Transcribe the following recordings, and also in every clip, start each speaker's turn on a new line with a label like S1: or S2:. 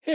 S1: Hey,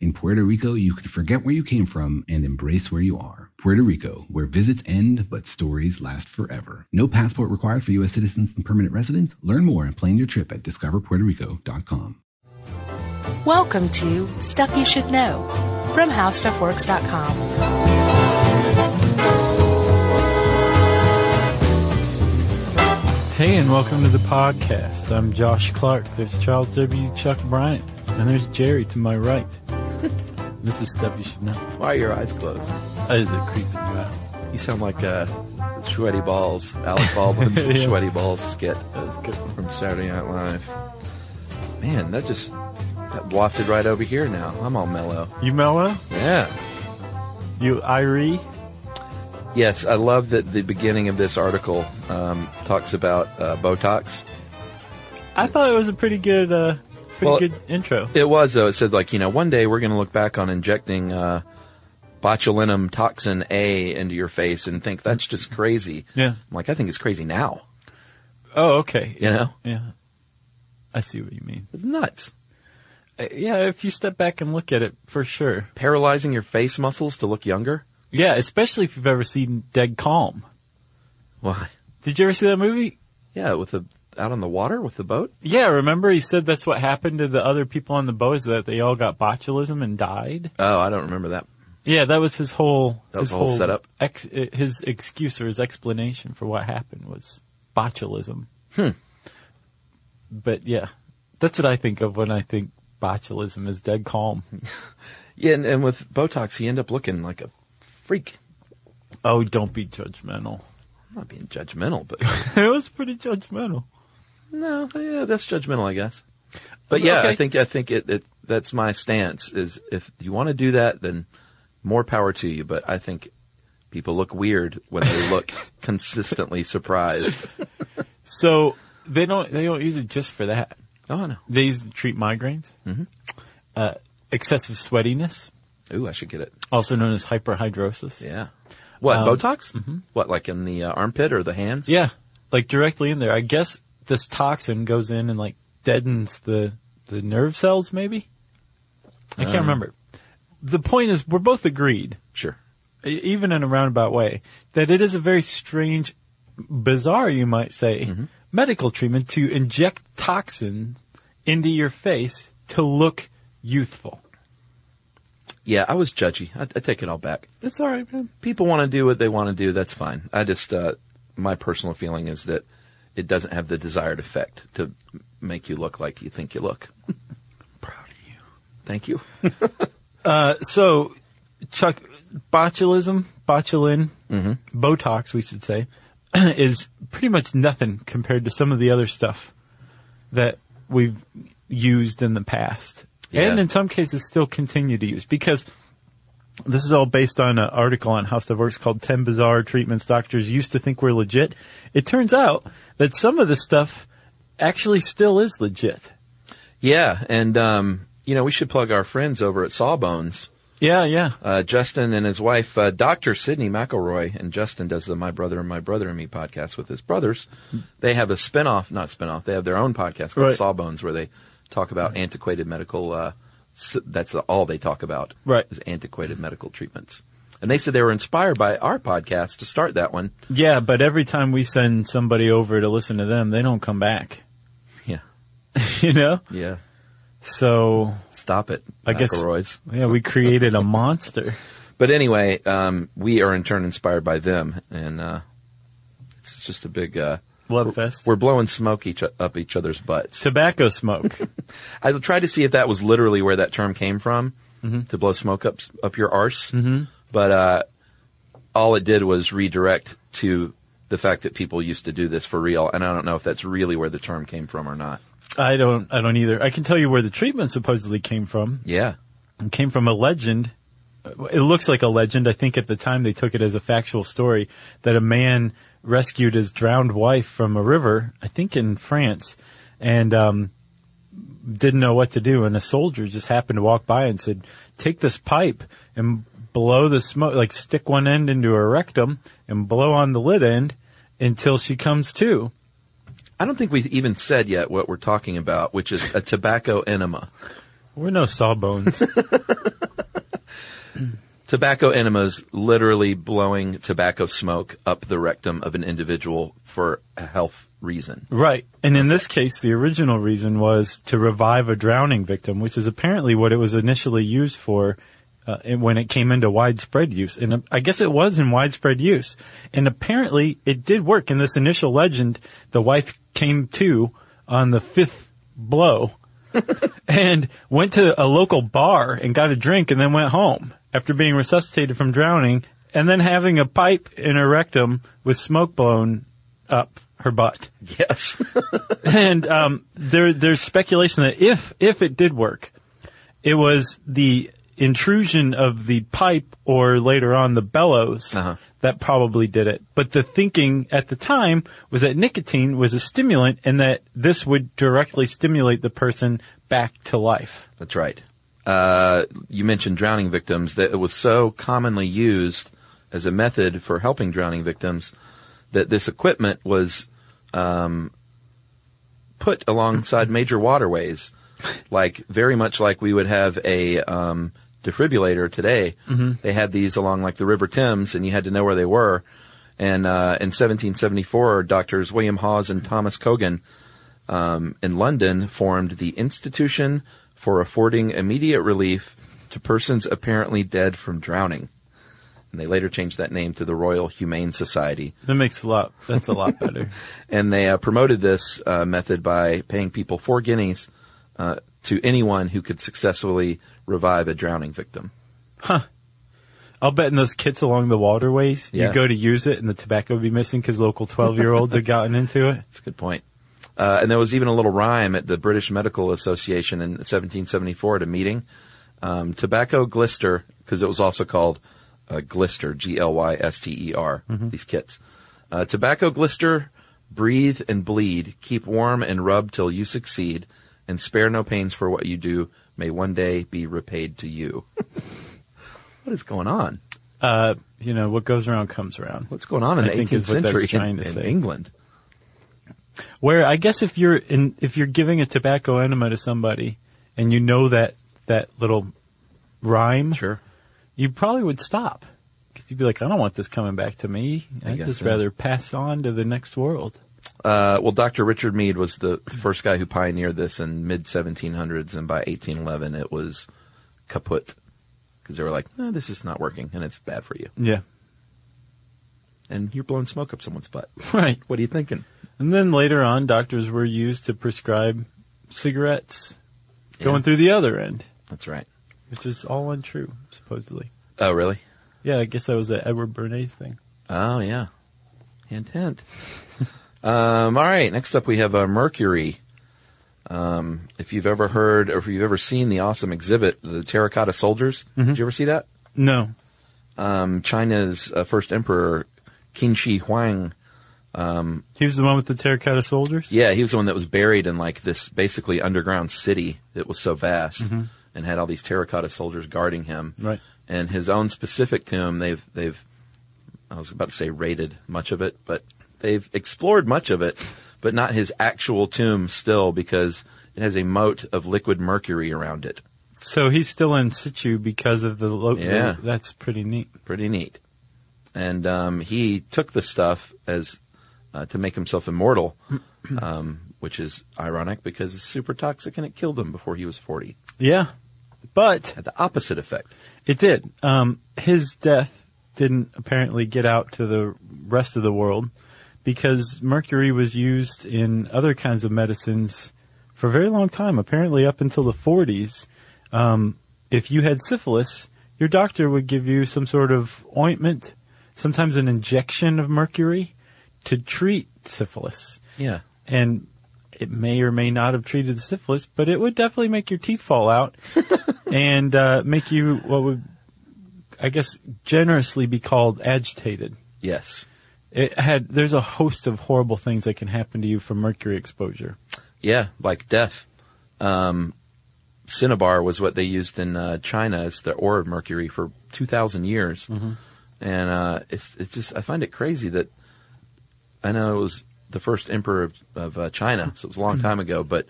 S2: In Puerto Rico, you can forget where you came from and embrace where you are. Puerto Rico, where visits end but stories last forever. No passport required for U.S. citizens and permanent residents. Learn more and plan your trip at discoverpuertorico.com.
S3: Welcome to Stuff You Should Know from HowStuffWorks.com.
S1: Hey, and welcome to the podcast. I'm Josh Clark. There's Charles W. Chuck Bryant, and there's Jerry to my right. this is stuff you should know.
S4: Why are your eyes closed?
S1: That is it creeping you out.
S4: You sound like uh, Sweaty Balls, Alec Baldwin's
S1: Yeah.
S4: Sweaty Balls skit
S1: That's a good one.
S4: from Saturday Night Live. Man, that just that wafted right over here now. I'm all mellow.
S1: You mellow?
S4: Yeah.
S1: You Irie?
S4: Yes, I love that the beginning of this article um, talks about uh, Botox.
S1: I thought it was a pretty good, uh, pretty
S4: Well-
S1: good intro.
S4: It was, though. It said, like, you know, one day we're going to look back on injecting uh, botulinum toxin A into your face and think that's just crazy.
S1: Yeah.
S4: I'm like, I think it's crazy now.
S1: Oh, okay.
S4: You know?
S1: Yeah. I see what you mean.
S4: It's nuts.
S1: Uh, Yeah, if you step back and look at it, for sure.
S4: Paralyzing your face muscles to look younger?
S1: Yeah, especially if you've ever seen Dead Calm.
S4: Why?
S1: Did you ever see that movie?
S4: Yeah, with the out on the water with the boat.
S1: Yeah, remember he said that's what happened to the other people on the boat is that they all got botulism and died?
S4: Oh, I don't remember that.
S1: Yeah, that was his whole
S4: That was
S1: his
S4: the whole setup.
S1: Ex, i- his excuse or his explanation for what happened was botulism.
S4: Hmm.
S1: But yeah, that's what I think of when I think botulism is dead calm.
S4: Yeah, and, and with Botox, he end up looking like a freak.
S1: oh, don't be judgmental.
S4: I'm not being judgmental, but
S1: it was pretty judgmental.
S4: no, yeah, that's judgmental, I guess. But yeah,
S1: Okay.
S4: I think I think it, it that's my stance is if you want to do that, then more power to you. But I think people look weird when they look consistently surprised.
S1: So they don't they don't use it just for that.
S4: Oh no!
S1: They use it to treat migraines, mm-hmm. uh, excessive sweatiness,
S4: Ooh, I should get it.
S1: also known as hyperhidrosis.
S4: Yeah. What
S1: Um,
S4: Botox? What like in the uh, armpit or the hands?
S1: Yeah, like directly in there. I guess this toxin goes in and like deadens the the nerve cells. Maybe I can't remember. The point is, we're both agreed,
S4: Sure.
S1: e- even in a roundabout way, that it is a very strange, bizarre, you might say, medical treatment to inject toxin into your face to look youthful.
S4: Yeah, I was judgy. I, I take it all back.
S1: It's all right, man.
S4: people want to do what they want to do. That's fine. I just, uh, my personal feeling is that it doesn't have the desired effect to make you look like you think you look.
S1: Proud of you.
S4: Thank you.
S1: Uh, so, Chuck, botulism, botulin, Mm-hmm. Botox, we should say, is pretty much nothing compared to some of the other stuff that we've used in the past,
S4: Yeah.
S1: and in some cases still continue to use because. This is all based on an article on House of Works called 10 Bizarre Treatments Doctors Used to Think Were Legit. It turns out that some of this stuff actually still is legit.
S4: Yeah. And, um, you know, we should plug our friends over at Sawbones.
S1: Yeah, yeah.
S4: Uh, Justin and his wife, uh, Dr. Sidney McElroy, and Justin does the My Brother and My Brother and Me podcast with his brothers. They have a spinoff, not spinoff, they have their own podcast called
S1: Right.
S4: Sawbones where they talk about antiquated medical, uh, s- that's all they talk about.
S1: Right.
S4: Is antiquated medical treatments. And they said they were inspired by our podcast to start that one.
S1: Yeah, but every time we send somebody over to listen to them, they don't come back.
S4: Yeah.
S1: you know?
S4: Yeah.
S1: So
S4: Stop it,
S1: I guess-
S4: McElroys.
S1: yeah, we created a monster.
S4: But anyway, um, we are in turn inspired by them, and uh, it's just a big uh,
S1: Love fest.
S4: We're blowing smoke each up each other's butts.
S1: Tobacco smoke.
S4: I tried to see if that was literally where that term came from, to blow smoke up up your arse. Mm-hmm. But uh, all it did was redirect to the fact that people used to do this for real, and I don't know if that's really where the term came from or not.
S1: I don't. I don't either. I can tell you where the treatment supposedly came from.
S4: Yeah,
S1: It came from a legend. It looks like a legend. I think at the time they took it as a factual story that a man rescued his drowned wife from a river, I think in France, and um, didn't know what to do. And a soldier just happened to walk by and said, "Take this pipe and blow the smoke, like stick one end into her rectum and blow on the lid end until she comes to."
S4: I don't think we've even said yet what we're talking about, which is a tobacco enema.
S1: We're no sawbones.
S4: Tobacco enemas literally blowing tobacco smoke up the rectum of an individual for a health reason.
S1: Right. And in this case, the original reason was to revive a drowning victim, which is apparently what it was initially used for uh, and when it came into widespread use. And uh, I guess it was in widespread use. And apparently it did work. In this initial legend, the wife came to on the fifth blow and went to a local bar and got a drink and then went home after being resuscitated from drowning and then having a pipe in her rectum with smoke blown up her butt
S4: Yes.
S1: and um, there there's speculation that if if it did work, it was the intrusion of the pipe or later on the bellows
S4: Uh-huh.
S1: that probably did it. But the thinking at the time was that nicotine was a stimulant and that this would directly stimulate the person back to life.
S4: That's right. Uh, you mentioned drowning victims, that it was so commonly used as a method for helping drowning victims that this equipment was um, put alongside major waterways, like very much like we would have a um, defibrillator today. They had these along like the River Thames, and you had to know where they were. And uh, in 1774, doctors William Hawes and Thomas Cogan in London formed the Institution for Affording Immediate Relief to Persons Apparently Dead from Drowning. And they later changed that name to the Royal Humane Society.
S1: That makes a lot. That's a lot better.
S4: And they uh, promoted this uh, method by paying people four guineas uh, to anyone who could successfully revive a drowning victim.
S1: I'll bet in those kits along the waterways,
S4: Yeah.
S1: you go to use it and the tobacco would be missing because local 12 year olds had gotten into it.
S4: That's a good point. Uh, and there was even a little rhyme at the British Medical Association in 1774 at a meeting. Um, tobacco glister, because it was also called uh, glister, G-L-Y-S-T-E-R, E
S1: Mm-hmm.
S4: these kits. Uh, tobacco glister, breathe and bleed, keep warm and rub till you succeed, and spare no pains for what you do, may one day be repaid to you. what is going on?
S1: Uh, you know, what goes around comes around.
S4: What's going on in
S1: I
S4: the
S1: think
S4: 18th
S1: is what that's
S4: century
S1: trying
S4: in,
S1: to
S4: in
S1: say.
S4: England?
S1: Where I guess if you're in, if you're giving a tobacco enema to somebody and you know that that little rhyme,
S4: Sure.
S1: you probably would stop because you'd be like, I don't want this coming back to me.
S4: I
S1: I'd
S4: guess
S1: just
S4: so.
S1: rather pass on to the next world.
S4: Uh, well, Dr. Richard Mead was the first guy who pioneered this in mid 1700s, and by 1811 it was kaput because they were like, "No, this is not working, and it's bad for you,
S1: Yeah,
S4: and you're blowing smoke up someone's butt."
S1: right.
S4: What are you thinking?
S1: And then later on, doctors were used to prescribe cigarettes going through the other end,
S4: That's right.
S1: which is all untrue, supposedly.
S4: Oh, really?
S1: Yeah, I guess that was the Edward Bernays thing.
S4: Oh, yeah. Hint, hint. um, all right. Next up, we have uh, Mercury. Um, if you've ever heard or if you've ever seen the awesome exhibit, the Terracotta Soldiers, did you ever see that?
S1: No,
S4: Um, China's uh, first emperor, Qin Shi Huang,
S1: he was the one with the terracotta soldiers.
S4: Yeah, he was the one that was buried in like this basically underground city that was so vast and had all these terracotta soldiers guarding him.
S1: Right.
S4: And his own specific tomb, they've they've I was about to say raided much of it, but they've explored much of it, but not his actual tomb still because it has a moat of liquid mercury around it.
S1: So he's still in situ because of the local.
S4: Yeah.
S1: That's pretty neat.
S4: Pretty neat. And um, he took the stuff as uh, to make himself immortal. um, which is ironic because it's super toxic and it killed him before he was 40.
S1: Yeah. But
S4: Had the opposite effect.
S1: It did. Um, his death didn't apparently get out to the rest of the world because mercury was used in other kinds of medicines for a very long time. Apparently, up until the 40s, um, if you had syphilis, your doctor would give you some sort of ointment, sometimes an injection of mercury, to treat syphilis.
S4: Yeah.
S1: And it may or may not have treated the syphilis, but it would definitely make your teeth fall out and uh, make you what would, I guess, generously be called agitated.
S4: Yes.
S1: It had there's a host of horrible things that can happen to you from mercury exposure.
S4: Yeah, like death. Um, cinnabar was what they used in uh, China as the ore of mercury for 2,000 years. And uh, it's, it's just, I find it crazy that I know it was the first emperor of, of uh, China, so it was a long time ago, but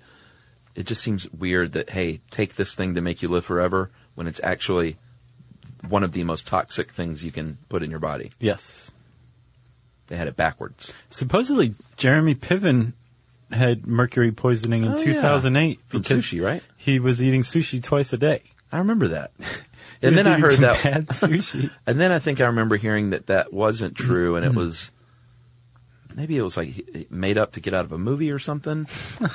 S4: it just seems weird that, hey, take this thing to make you live forever when it's actually one of the most toxic things you can put in your body.
S1: Yes.
S4: They had it backwards.
S1: Supposedly, Jeremy Piven had mercury poisoning in
S4: Oh, yeah.
S1: 2008
S4: From
S1: because
S4: sushi, right?
S1: he was eating sushi twice a day.
S4: I remember that.
S1: He
S4: And
S1: was
S4: then I
S1: eating
S4: heard
S1: some
S4: that.
S1: bad sushi. Mm-hmm.
S4: And then I think I remember hearing that that wasn't true, and it was maybe it was like he- made up to get out of a movie or something.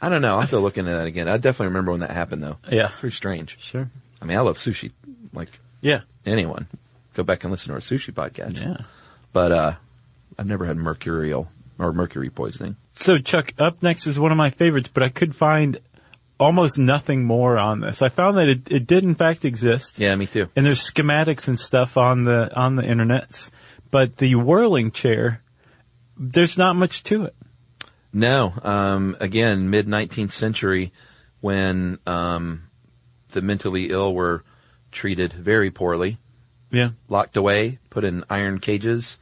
S4: I don't know. I have to look into that again. I definitely remember when that happened, though.
S1: Yeah.
S4: pretty strange.
S1: Sure.
S4: I mean, I love sushi, like
S1: Yeah.
S4: anyone. Go back and listen to our sushi podcast.
S1: Yeah.
S4: But uh, I've never had mercurial or mercury poisoning.
S1: So Chuck, up next is one of my favorites, but I could find almost nothing more on this. I found that it, it did in fact exist.
S4: Yeah, me too.
S1: And there's schematics and stuff on the on the internets, but the whirling chair, there's not much to it.
S4: No. Um, again, mid 19th century when um, the mentally ill were treated very poorly,
S1: Yeah.
S4: locked away, put in iron cages.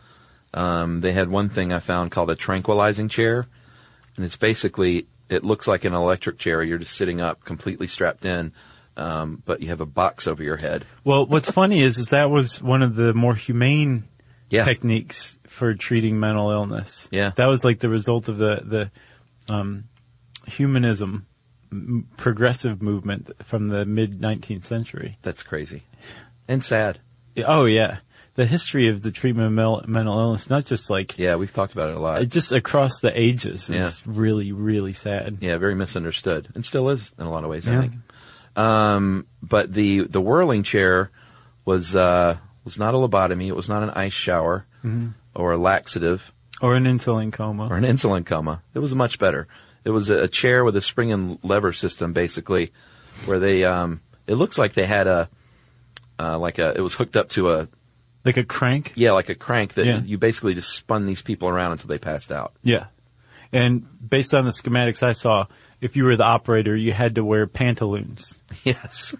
S4: Um, they had one thing I found called a tranquilizing chair. And it's basically, it looks like an electric chair. You're just sitting up completely strapped in, um, but you have a box over your head.
S1: Well, what's funny is, is that was one of the more humane
S4: Yeah.
S1: techniques for treating mental illness.
S4: Yeah.
S1: That was like the result of the, the, um, humanism m- progressive movement from the mid 19th century.
S4: That's crazy. And sad.
S1: Oh yeah. The history of the treatment of mel- mental illness, not just like,
S4: Yeah, we've talked about it a lot.
S1: uh, just across the ages
S4: Yeah.
S1: is really, really sad.
S4: Yeah, very misunderstood, and still is in a lot of ways.
S1: Yeah.
S4: I think. Um, but the the whirling chair was uh, was not a lobotomy. It was not an ice shower
S1: Mm-hmm.
S4: or a laxative
S1: Or an insulin coma.
S4: or an insulin coma. It was much better. It was a, a chair with a spring and lever system, basically, where they. Um, it looks like they had a uh, like a. It was hooked up to a
S1: Like a crank.
S4: yeah, like a crank that
S1: Yeah.
S4: you basically just spun these people around until they passed out.
S1: Yeah. And based on the schematics I saw, if you were the operator, you had to wear pantaloons.
S4: Yes.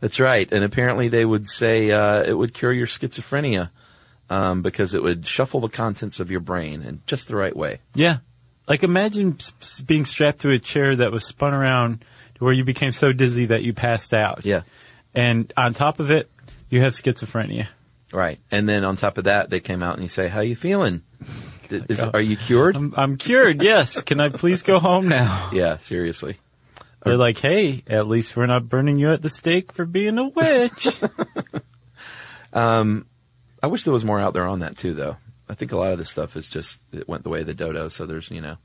S4: That's right. And apparently they would say uh, it would cure your schizophrenia um, because it would shuffle the contents of your brain in just the right way.
S1: Yeah. Like imagine s- s- being strapped to a chair that was spun around to where you became so dizzy that you passed out.
S4: Yeah.
S1: And on top of it, you have schizophrenia.
S4: Right. And then on top of that, they came out and you say, how you feeling? D- Is,
S1: God.
S4: are you cured?
S1: I'm, I'm cured. Yes. Can I please go home now?
S4: yeah, seriously.
S1: They're like, Hey, at least we're not burning you at the stake for being a witch.
S4: I wish there was more out there on that too, though. I think a lot of this stuff is just, it went the way of the dodo. So there's, you know,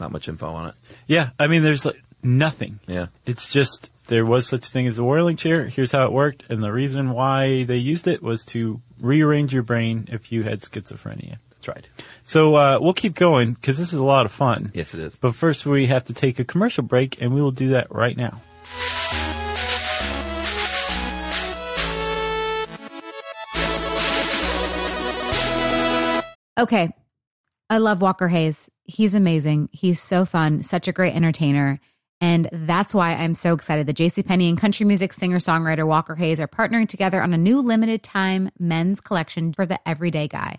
S4: not much info on it.
S1: yeah. I mean, there's like nothing.
S4: Yeah.
S1: It's just there was such a thing as a whirling chair. Here's how it worked, and the reason why they used it was to rearrange your brain if you had schizophrenia.
S4: That's right.
S1: So uh, we'll keep going because this is a lot of fun.
S4: Yes, it is.
S1: But first, we have to take a commercial break, and we will do that right now.
S5: Okay. I love Walker Hayes. He's amazing. He's so fun, such a great entertainer. And that's why I'm so excited that JCPenney and country music singer songwriter Walker Hayes are partnering together on a new limited time men's collection for the everyday guy.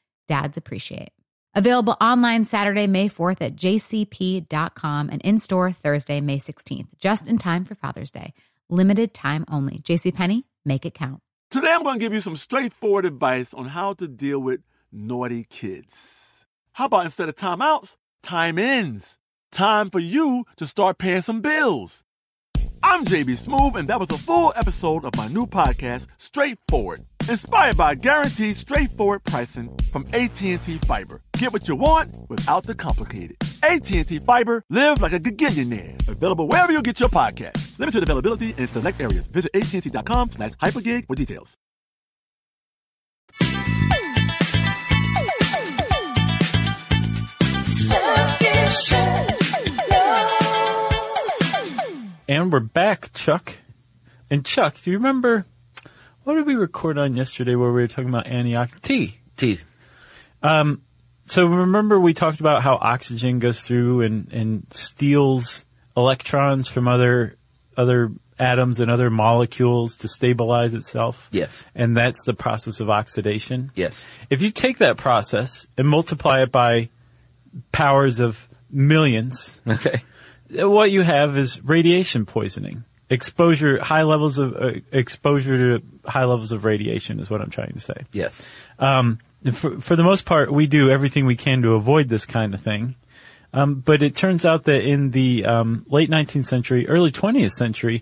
S5: dads appreciate. Available online Saturday, May 4th at jcp.com and in store Thursday, May 16th, just in time for Father's Day. Limited time only. JCPenney, make it count.
S6: Today I'm going to give you some straightforward advice on how to deal with naughty kids. How about instead of timeouts, time ins? Time for you to start paying some bills. I'm JB Smoove, and that was a full episode of my new podcast, Straightforward, inspired by guaranteed straightforward pricing from AT&T Fiber. Get what you want without the complicated. AT&T Fiber, live like a gigillionaire. Available wherever you get your podcast. Limited availability in select areas. Visit AT&T.com slash hypergig for details.
S1: And we're back, Chuck. And Chuck, do you remember what did we record on yesterday where we were talking about antioxidant tea?
S4: T.
S1: Um, so remember we talked about how oxygen goes through and, and steals electrons from other other atoms and other molecules to stabilize itself.
S4: Yes.
S1: And that's the process of oxidation.
S4: Yes.
S1: If you take that process and multiply it by powers of millions,
S4: Okay.
S1: what you have is radiation poisoning. Exposure, high levels of uh, exposure to high levels of radiation is what I'm trying to say.
S4: Yes.
S1: Um, for, for the most part, we do everything we can to avoid this kind of thing. Um, but it turns out that in the um, late 19th century, early 20th century,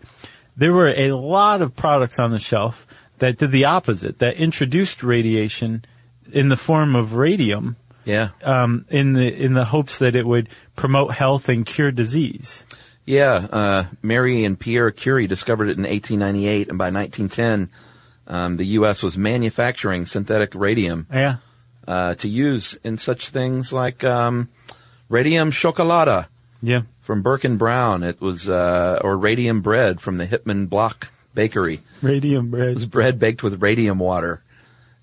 S1: there were a lot of products on the shelf that did the opposite, that introduced radiation in the form of radium
S4: Yeah.
S1: um, in the in the hopes that it would promote health and cure disease.
S4: Yeah, uh, Mary and Pierre Curie discovered it in 1898, and by 1910, um, the U.S. was manufacturing synthetic radium
S1: Yeah.
S4: uh, to use in such things like um, radium chocolata
S1: Yeah.
S4: from Birkin Brown. It was uh, or radium bread from the Hitman Block Bakery.
S1: Radium
S4: It was
S1: bread.
S4: bread baked with radium water,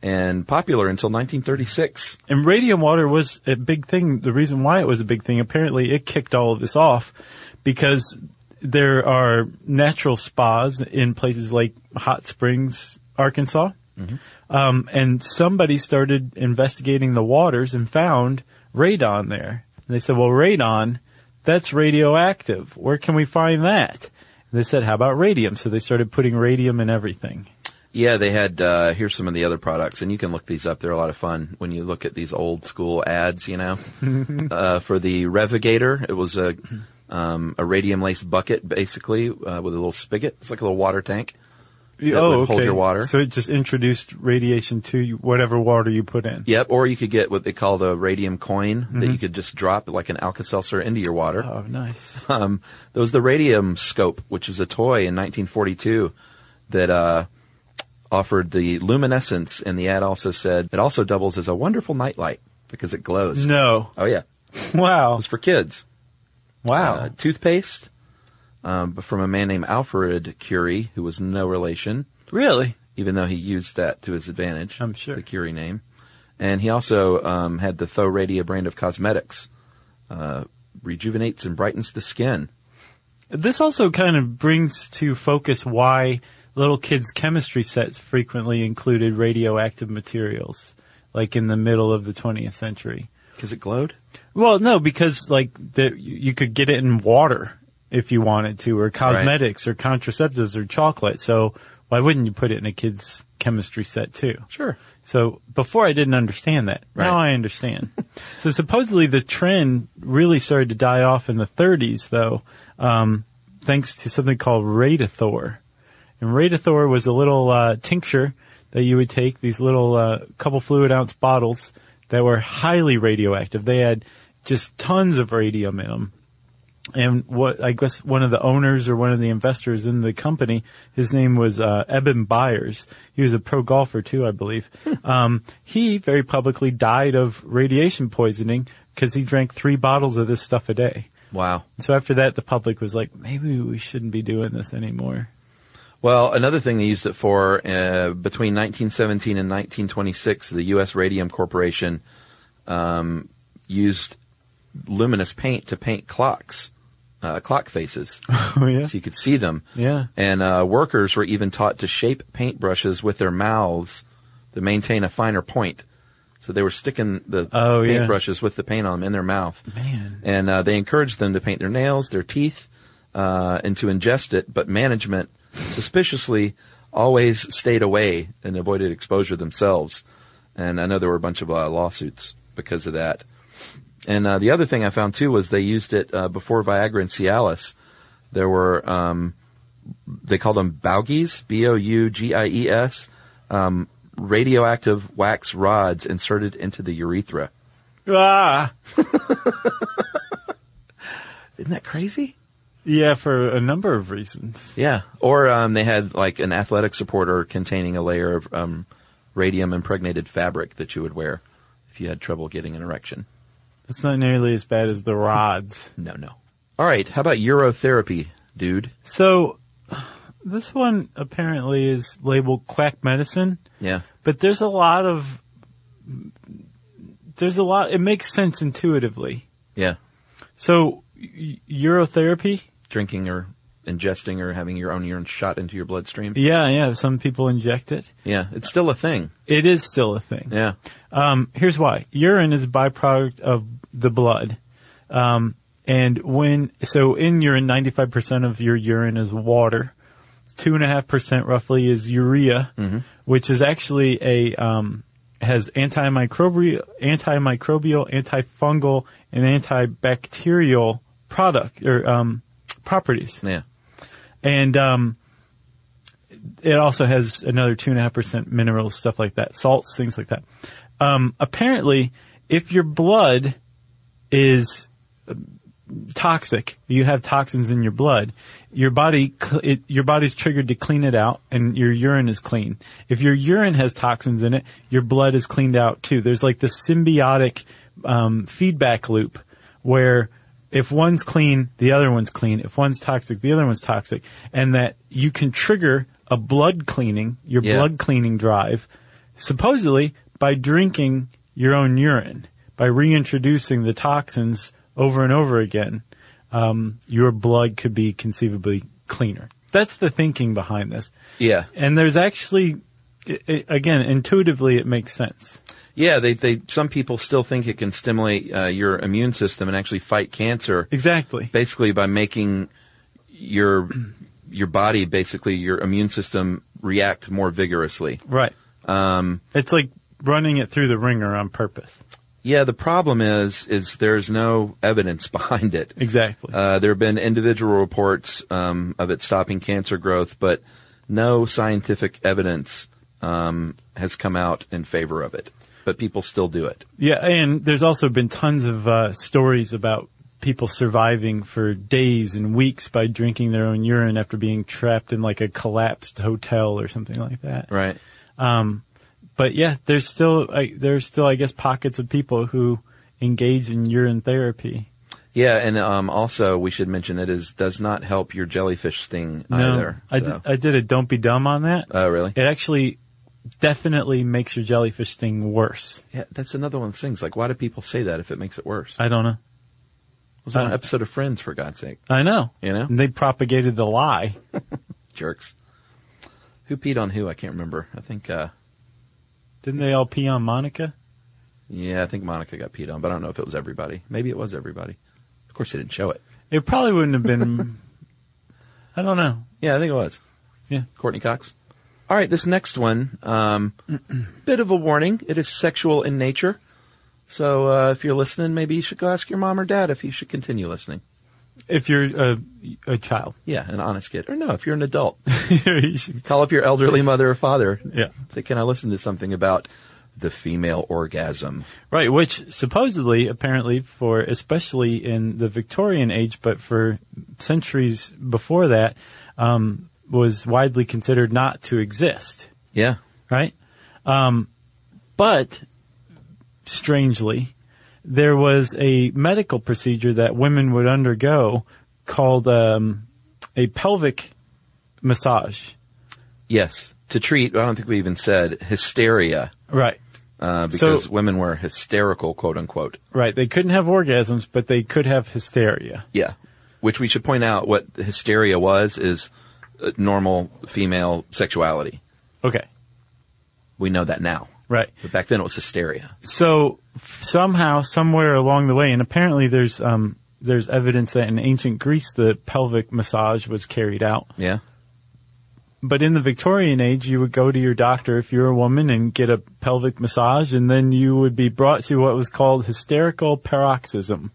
S4: and popular until 1936.
S1: And radium water was a big thing. The reason why it was a big thing, apparently it kicked all of this off because there are natural spas in places like Hot Springs, Arkansas.
S4: Mm-hmm.
S1: Um, and somebody started investigating the waters and found radon there. And they said, well, radon, that's radioactive. Where can we find that? And they said, how about radium? So they started putting radium in everything.
S4: Yeah, they had. Uh, here's some of the other products, and you can look these up. They're a lot of fun when you look at these old school ads. You know, uh, for the Revigator, it was a um, a radium lace bucket basically uh, with a little spigot. It's like a little water tank. that would hold your water.
S1: So it just introduced radiation to you- whatever water you put in.
S4: Yep, or you could get what they call the radium coin that you could just drop like an Alka-Seltzer into your water.
S1: Oh, nice.
S4: um, there was the Radium Scope, which was a toy in 1942 that uh, offered the luminescence, and the ad also said it also doubles as a wonderful nightlight because it glows.
S1: No.
S4: Oh yeah, it
S1: Wow.
S4: was for kids.
S1: Wow.
S4: Uh, toothpaste um, but from a man named Alfred Curie, who was no relation,
S1: really?
S4: even though he used that to his advantage.
S1: I'm sure.
S4: the Curie name, and he also um, had the Faux Radia brand of cosmetics. Uh, rejuvenates and brightens the skin.
S1: This also kind of brings to focus why little kids' chemistry sets frequently included radioactive materials, like in the middle of the 20th century.
S4: Because it glowed?
S1: Well, no, because like the, you could get it in water if you wanted to, or cosmetics, or contraceptives, or chocolate. So why wouldn't you put it in a kid's chemistry set too?
S4: Sure.
S1: So before I didn't understand that. Now
S4: Right.
S1: I understand. so supposedly the trend really started to die off in the 30s, though, um, thanks to something called Radithor. And Radithor was a little uh, tincture that you would take, these little uh, couple fluid ounce bottles that were highly radioactive. They had just tons of radium in them. And what I guess one of the owners or one of the investors in the company, his name was uh, Eben Byers. He was a pro golfer too, I believe. um, he very publicly died of radiation poisoning because he drank three bottles of this stuff a day.
S4: Wow.
S1: So after that, the public was like, maybe we shouldn't be doing this anymore.
S4: Well, another thing they used it for uh, between 1917 and 1926, the U.S. Radium Corporation um, used luminous paint to paint clocks, uh, clock faces,
S1: Oh, yeah.
S4: so you could see them.
S1: Yeah.
S4: And uh, workers were even taught to shape paintbrushes with their mouths to maintain a finer point. So they were sticking the
S1: Oh, yeah.
S4: paintbrushes with the paint on them in their mouth.
S1: Man.
S4: And uh, they encouraged them to paint their nails, their teeth, uh, and to ingest it. But management suspiciously always stayed away and avoided exposure themselves. And I know there were a bunch of uh, lawsuits because of that. And uh, the other thing I found too was they used it uh, before Viagra and Cialis. There were um, they call them Bougies, B O U G I E S, um, radioactive wax rods inserted into the urethra.
S1: Ah.
S4: Isn't that crazy?
S1: Yeah, for a number of reasons.
S4: Yeah. Or um, they had like an athletic supporter containing a layer of um, radium impregnated fabric that you would wear if you had trouble getting an erection.
S1: It's not nearly as bad as the rods.
S4: No, no. All right. How about urotherapy, dude?
S1: So, this one apparently is labeled quack medicine,
S4: Yeah.
S1: but there's a lot of. There's a lot. It makes sense intuitively.
S4: Yeah.
S1: So, y- urotherapy?
S4: Drinking or ingesting or having your own urine shot into your bloodstream.
S1: Yeah, yeah. Some people inject it.
S4: Yeah. It's still a thing.
S1: It is still a thing.
S4: Yeah.
S1: Um, here's why. Urine is a byproduct of the blood. Um, and when, so in urine, 95% of your urine is water. 2.5% roughly is urea, which is actually a, um, has antimicrobial, antimicrobial, antifungal, and antibacterial product, or, um, properties.
S4: Yeah.
S1: And, um, it also has another two and a half percent minerals, stuff like that, salts, things like that. Um, apparently, if your blood is uh, toxic, you have toxins in your blood, your body, cl- it, your body's triggered to clean it out and your urine is clean. If your urine has toxins in it, your blood is cleaned out too. There's like this symbiotic, um, feedback loop where if one's clean, the other one's clean. If one's toxic, the other one's toxic. And that you can trigger a blood cleaning, your
S4: Yeah.
S1: blood cleaning drive, supposedly by drinking your own urine, by reintroducing the toxins over and over again. Um, your blood could be conceivably cleaner. That's the thinking behind this.
S4: Yeah.
S1: And there's actually, i i again, intuitively, it makes sense.
S4: Yeah, they, they, some people still think it can stimulate uh, your immune system and actually fight cancer
S1: Exactly.
S4: basically by making your, your body, basically your immune system react more vigorously.
S1: Right.
S4: Um,
S1: It's like running it through the ringer on purpose.
S4: yeah, the problem is, is there's no evidence behind it.
S1: Exactly.
S4: Uh, there have been individual reports um, of it stopping cancer growth, but no scientific evidence um, has come out in favor of it. But people still do it.
S1: Yeah, and there's also been tons of uh, stories about people surviving for days and weeks by drinking their own urine after being trapped in like a collapsed hotel or something like that. Um,
S4: Right.
S1: But yeah, there's still I there's still I guess pockets of people who engage in urine therapy.
S4: Yeah, and um, also we should mention it is does not help your jellyfish sting either.
S1: I
S4: so.
S1: did, I did a don't be dumb on that.
S4: oh, really?
S1: it actually definitely makes your jellyfish sting worse.
S4: Yeah, that's another one of those things. Like, why do people say that if it makes it worse? I
S1: I don't know.
S4: was on an
S1: I-
S4: episode of Friends, for God's sake.
S1: I know.
S4: Uh-huh. You know?
S1: And they propagated the lie.
S4: Jerks. Who peed on who? I can't remember. I think, uh,
S1: Didn't they all pee on Monica?
S4: yeah, I think Monica got peed on, but I don't know if it was everybody. Maybe it was everybody. Of course, they didn't show it.
S1: It probably wouldn't have been. I don't know.
S4: Yeah, I think it was.
S1: Yeah.
S4: Courtney Cox. All right, this next one, um, bit of a warning. It is sexual in nature. So uh, if you're listening, maybe you should go ask your mom or dad if you should continue listening.
S1: If you're a, a child,
S4: Yeah, an honest kid. Or no, if you're an adult,
S1: You should-
S4: call up your elderly mother or father.
S1: Yeah.
S4: Say, can I listen to something about the female orgasm?
S1: right? Which supposedly, apparently, for especially in the Victorian age, but for centuries before that, um, was widely considered not to exist.
S4: Yeah.
S1: right? Um, but strangely, there was a medical procedure that women would undergo called um, a pelvic massage.
S4: Yes. To treat, I don't think we even said hysteria.
S1: Right.
S4: uh, because women were hysterical, quote unquote.
S1: Right. They couldn't have orgasms, but they could have hysteria.
S4: Yeah. Which we should point out what hysteria was is uh, normal female sexuality.
S1: Okay.
S4: We know that now.
S1: Right.
S4: But back then it was hysteria.
S1: So f- somehow, somewhere along the way, and apparently there's, um, there's evidence that in ancient Greece, the pelvic massage was carried out.
S4: Yeah.
S1: But in the Victorian age, you would go to your doctor if you're a woman and get a pelvic massage, and then you would be brought to what was called hysterical paroxysm,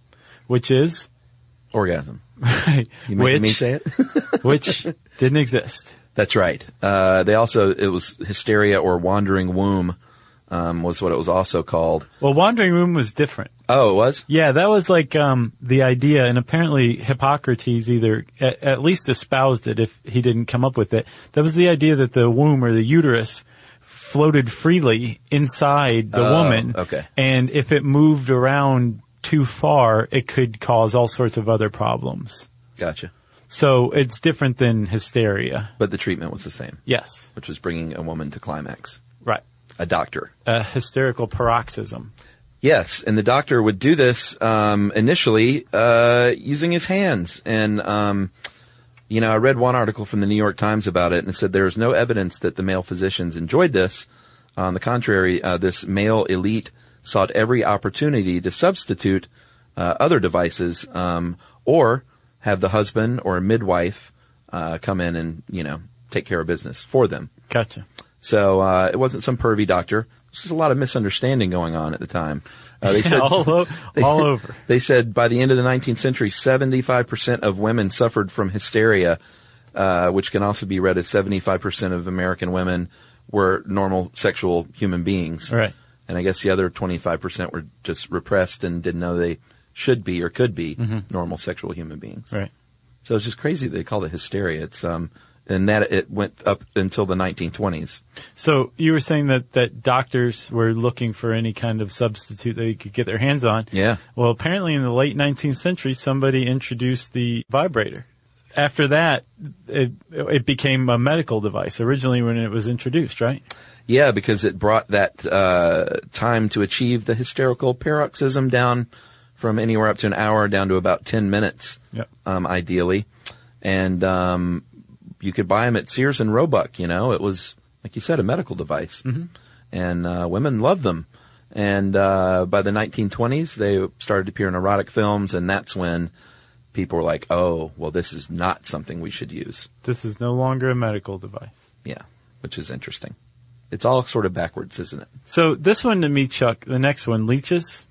S1: which is
S4: Orgasm. You making me
S1: which
S4: say it?
S1: which didn't exist.
S4: That's right. Uh, they also, it was hysteria or wandering womb, um, was what it was also called.
S1: Well, wandering room was different.
S4: Oh, it was?
S1: Yeah, that was like um, the idea, and apparently Hippocrates either at, at least espoused it if he didn't come up with it. That was the idea that the womb or the uterus floated freely inside the
S4: Oh,
S1: woman.
S4: okay.
S1: And if it moved around too far, it could cause all sorts of other problems.
S4: Gotcha.
S1: So it's different than hysteria.
S4: But the treatment was the same,
S1: Yes.
S4: which was bringing a woman to climax.
S1: Right.
S4: A doctor.
S1: A hysterical paroxysm.
S4: Yes, and the doctor would do this um, initially uh, using his hands. And um, you know, I read one article from the New York Times about it, and it said there is no evidence that the male physicians enjoyed this. On the contrary, uh, this male elite sought every opportunity to substitute uh, other devices, um, or have the husband or midwife uh, come in and you know take care of business for them.
S1: Gotcha.
S4: So uh, it wasn't some pervy doctor. There's just a lot of misunderstanding going on at the time. Uh, they said
S1: all, o- all over.
S4: They said by the end of the 19th century, 75% of women suffered from hysteria, uh, which can also be read as 75% of American women were normal sexual human beings.
S1: Right.
S4: And I guess the other 25% were just repressed and didn't know they should be or could be normal sexual human beings.
S1: Mm-hmm. Right.
S4: So it's just crazy they call it hysteria. It's um and that it went up until the 1920s.
S1: So you were saying that, that doctors were looking for any kind of substitute they could get their hands on.
S4: Yeah.
S1: Well, apparently in the late 19th century, somebody introduced the vibrator. After that, it, it became a medical device originally when it was introduced, right?
S4: Yeah, because it brought that uh, time to achieve the hysterical paroxysm down from anywhere up to an hour down to about 10 minutes,
S1: Yep.
S4: um, ideally. And um, you could buy them at Sears and Roebuck, you know. It was, like you said, a medical device. And uh, women loved them. And uh, by the 1920s, they started to appear in erotic films, and that's when people were like, oh, well, this is not something we should use.
S1: This is no longer a medical device.
S4: Yeah, which is interesting. It's all sort of backwards, isn't it?
S1: So this one to me, Chuck, the next one, leeches.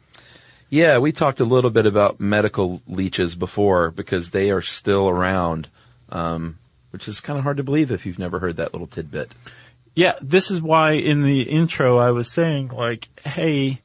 S4: Yeah, we talked a little bit about medical leeches before because they are still around, um, which is kind of hard to believe if you've never heard that little tidbit.
S1: Yeah, this is why in the intro I was saying like, hey,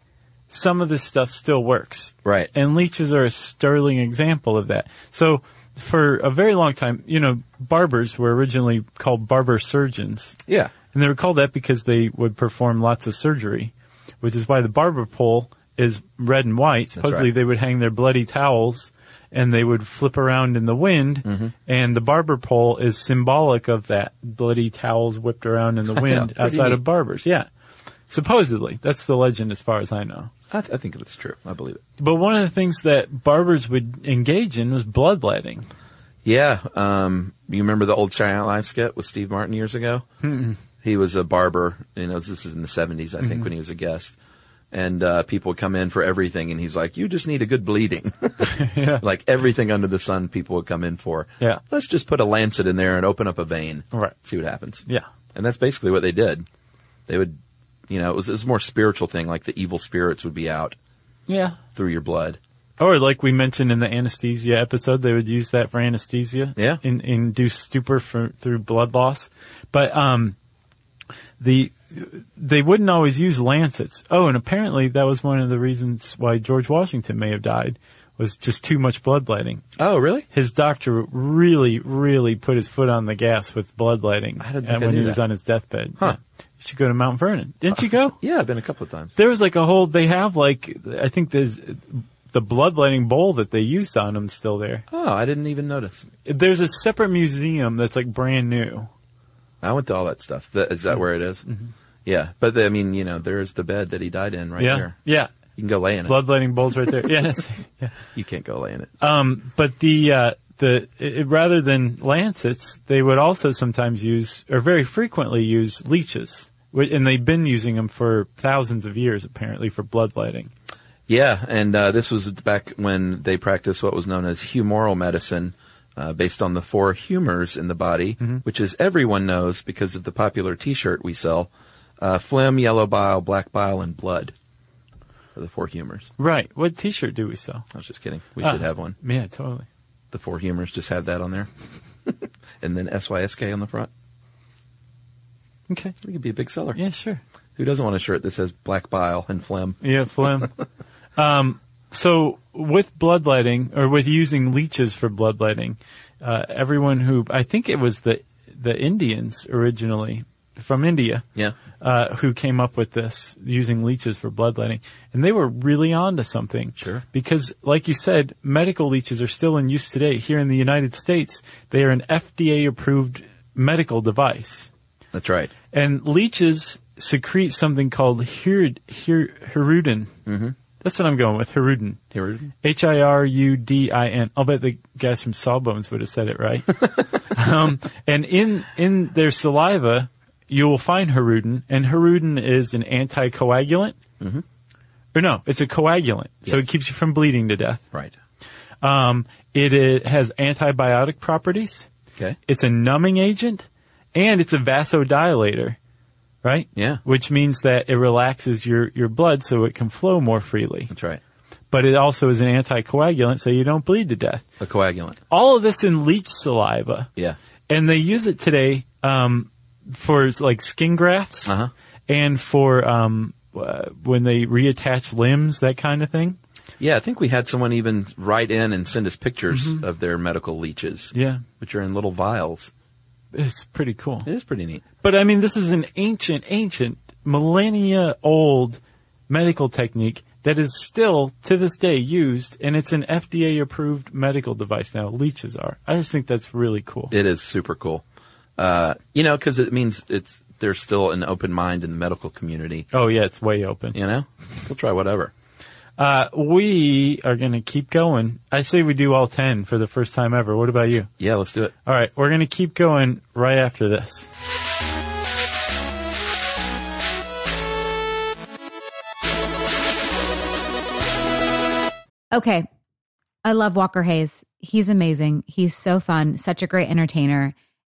S1: some of this stuff still works.
S4: Right.
S1: And leeches are a sterling example of that. So for a very long time, you know, barbers were originally called barber surgeons.
S4: Yeah.
S1: And they were called that because they would perform lots of surgery, which is why the barber pole is red and white. Supposedly
S4: right.
S1: they would hang their bloody towels and they would flip around in the wind.
S4: Mm-hmm.
S1: And the barber pole is symbolic of that bloody towels whipped around in the wind
S4: pretty
S1: outside of
S4: neat.
S1: barbers. Yeah. Supposedly. That's the legend as far as I know.
S4: I, th- I think it's true. I believe it.
S1: But one of the things that barbers would engage in was bloodletting.
S4: Yeah. Um, you remember the old Saturday Night Live skit with Steve Martin years ago? He was a barber. You know, this is in the 70s, I think,
S1: Mm-hmm.
S4: when he was a guest. And uh, people would come in for everything, and he's like, "You just need a good bleeding, like everything under the sun." People would come in for.
S1: Yeah.
S4: let's just put a lancet in there and open up a vein.
S1: Right.
S4: see what happens.
S1: Yeah.
S4: And that's basically what they did. They would, you know, it was, it was a more spiritual thing, like the evil spirits would be out
S1: Yeah.
S4: through your blood.
S1: Or like we mentioned in the anesthesia episode, they would use that for anesthesia.
S4: Yeah.
S1: In, induce stupor for, through blood loss. But, um, the, they wouldn't always use lancets. Oh, and apparently that was one of the reasons why George Washington may have died was just too much bloodletting.
S4: Oh, really?
S1: His doctor really, really put his foot on the gas with bloodletting
S4: I didn't
S1: uh,
S4: think I
S1: when
S4: knew
S1: he was
S4: that.
S1: on his deathbed.
S4: Huh.
S1: Yeah. You should go to Mount Vernon. Didn't you go?
S4: Yeah, I've been a couple of times.
S1: There was like a whole. They have like I think there's the bloodletting bowl that they used on him still there.
S4: Oh, I didn't even notice.
S1: There's a separate museum that's like brand new. Mm-hmm.
S4: I went to all that stuff. Th- Is that where it is? Yeah, but the, I mean, you know, there's the bed that he died in right
S1: yeah.
S4: there.
S1: Yeah.
S4: You can go lay in it.
S1: Bloodletting bowls right there. yes. Yeah.
S4: You can't go lay in it.
S1: Um, but the, uh, the, it, rather than lancets, they would also sometimes use, or very frequently use leeches. Wh- And they've been using them for thousands of years, apparently, for bloodletting.
S4: Yeah, and uh, this was back when they practiced what was known as humoral medicine, uh, based on the four humors in the body,
S1: Mm-hmm.
S4: which is everyone knows because of the popular T-shirt we sell: uh, phlegm, yellow bile, black bile, and blood. Are the four humors?
S1: Right. What t-shirt do we sell?
S4: I was just kidding. We should
S1: Ah.
S4: have one.
S1: Yeah, totally.
S4: The four humors. Just have that on there, and then SYSK on the front.
S1: Okay.
S4: We could be a big seller.
S1: Yeah, sure.
S4: Who doesn't want a shirt that says black bile and phlegm?
S1: Yeah, phlegm. um, so with bloodletting or with using leeches for bloodletting, uh, everyone who I think it was the the Indians originally from India
S4: Yeah.
S1: uh, who came up with this using leeches for bloodletting, and they were really onto something.
S4: Sure.
S1: Because, like you said, medical leeches are still in use today here in the United States. They are an FDA approved medical device.
S4: That's right.
S1: And leeches secrete something called hirud, hir, hirudin. Mm-hmm. That's what I'm going with, hirudin.
S4: Hirudin?
S1: H-I-R-U-D-I-N. I'll bet the guys from Sawbones would have said it right. um, and in, in their saliva, you will find hirudin, and hirudin is an anticoagulant. Mm-hmm. Or no, it's a coagulant, so it keeps you from bleeding to death.
S4: Right.
S1: Um, it, it has antibiotic properties.
S4: Okay.
S1: It's a numbing agent and it's a vasodilator, right?
S4: Yeah.
S1: Which means that it relaxes your, your blood so it can flow more freely.
S4: That's right.
S1: But it also is an anticoagulant so you don't bleed to death.
S4: A coagulant.
S1: All of this in leech saliva.
S4: Yeah.
S1: And they use it today, um, for like skin grafts
S4: Uh-huh.
S1: and for, um, uh, when they reattach limbs, that kind of thing.
S4: Yeah, I think we had someone even write in and send us pictures of their medical leeches.
S1: Yeah.
S4: Which are in little vials.
S1: It's pretty cool.
S4: It is pretty neat.
S1: But I mean, this is an ancient, ancient, millennia old medical technique that is still to this day used, and it's an FDA approved medical device now. Leeches are. I just think that's really cool.
S4: It is super cool. Uh, you know, cause it means it's, there's still an open mind in the medical community.
S1: Oh yeah, it's way open.
S4: You know? We'll try whatever.
S1: Uh, we are gonna keep going. I say we do all 10 for the first time ever. What about you?
S4: Yeah, let's do it.
S1: All right, we're gonna keep going right after this.
S5: Okay. I love Walker Hayes. He's amazing. He's so fun, such a great entertainer.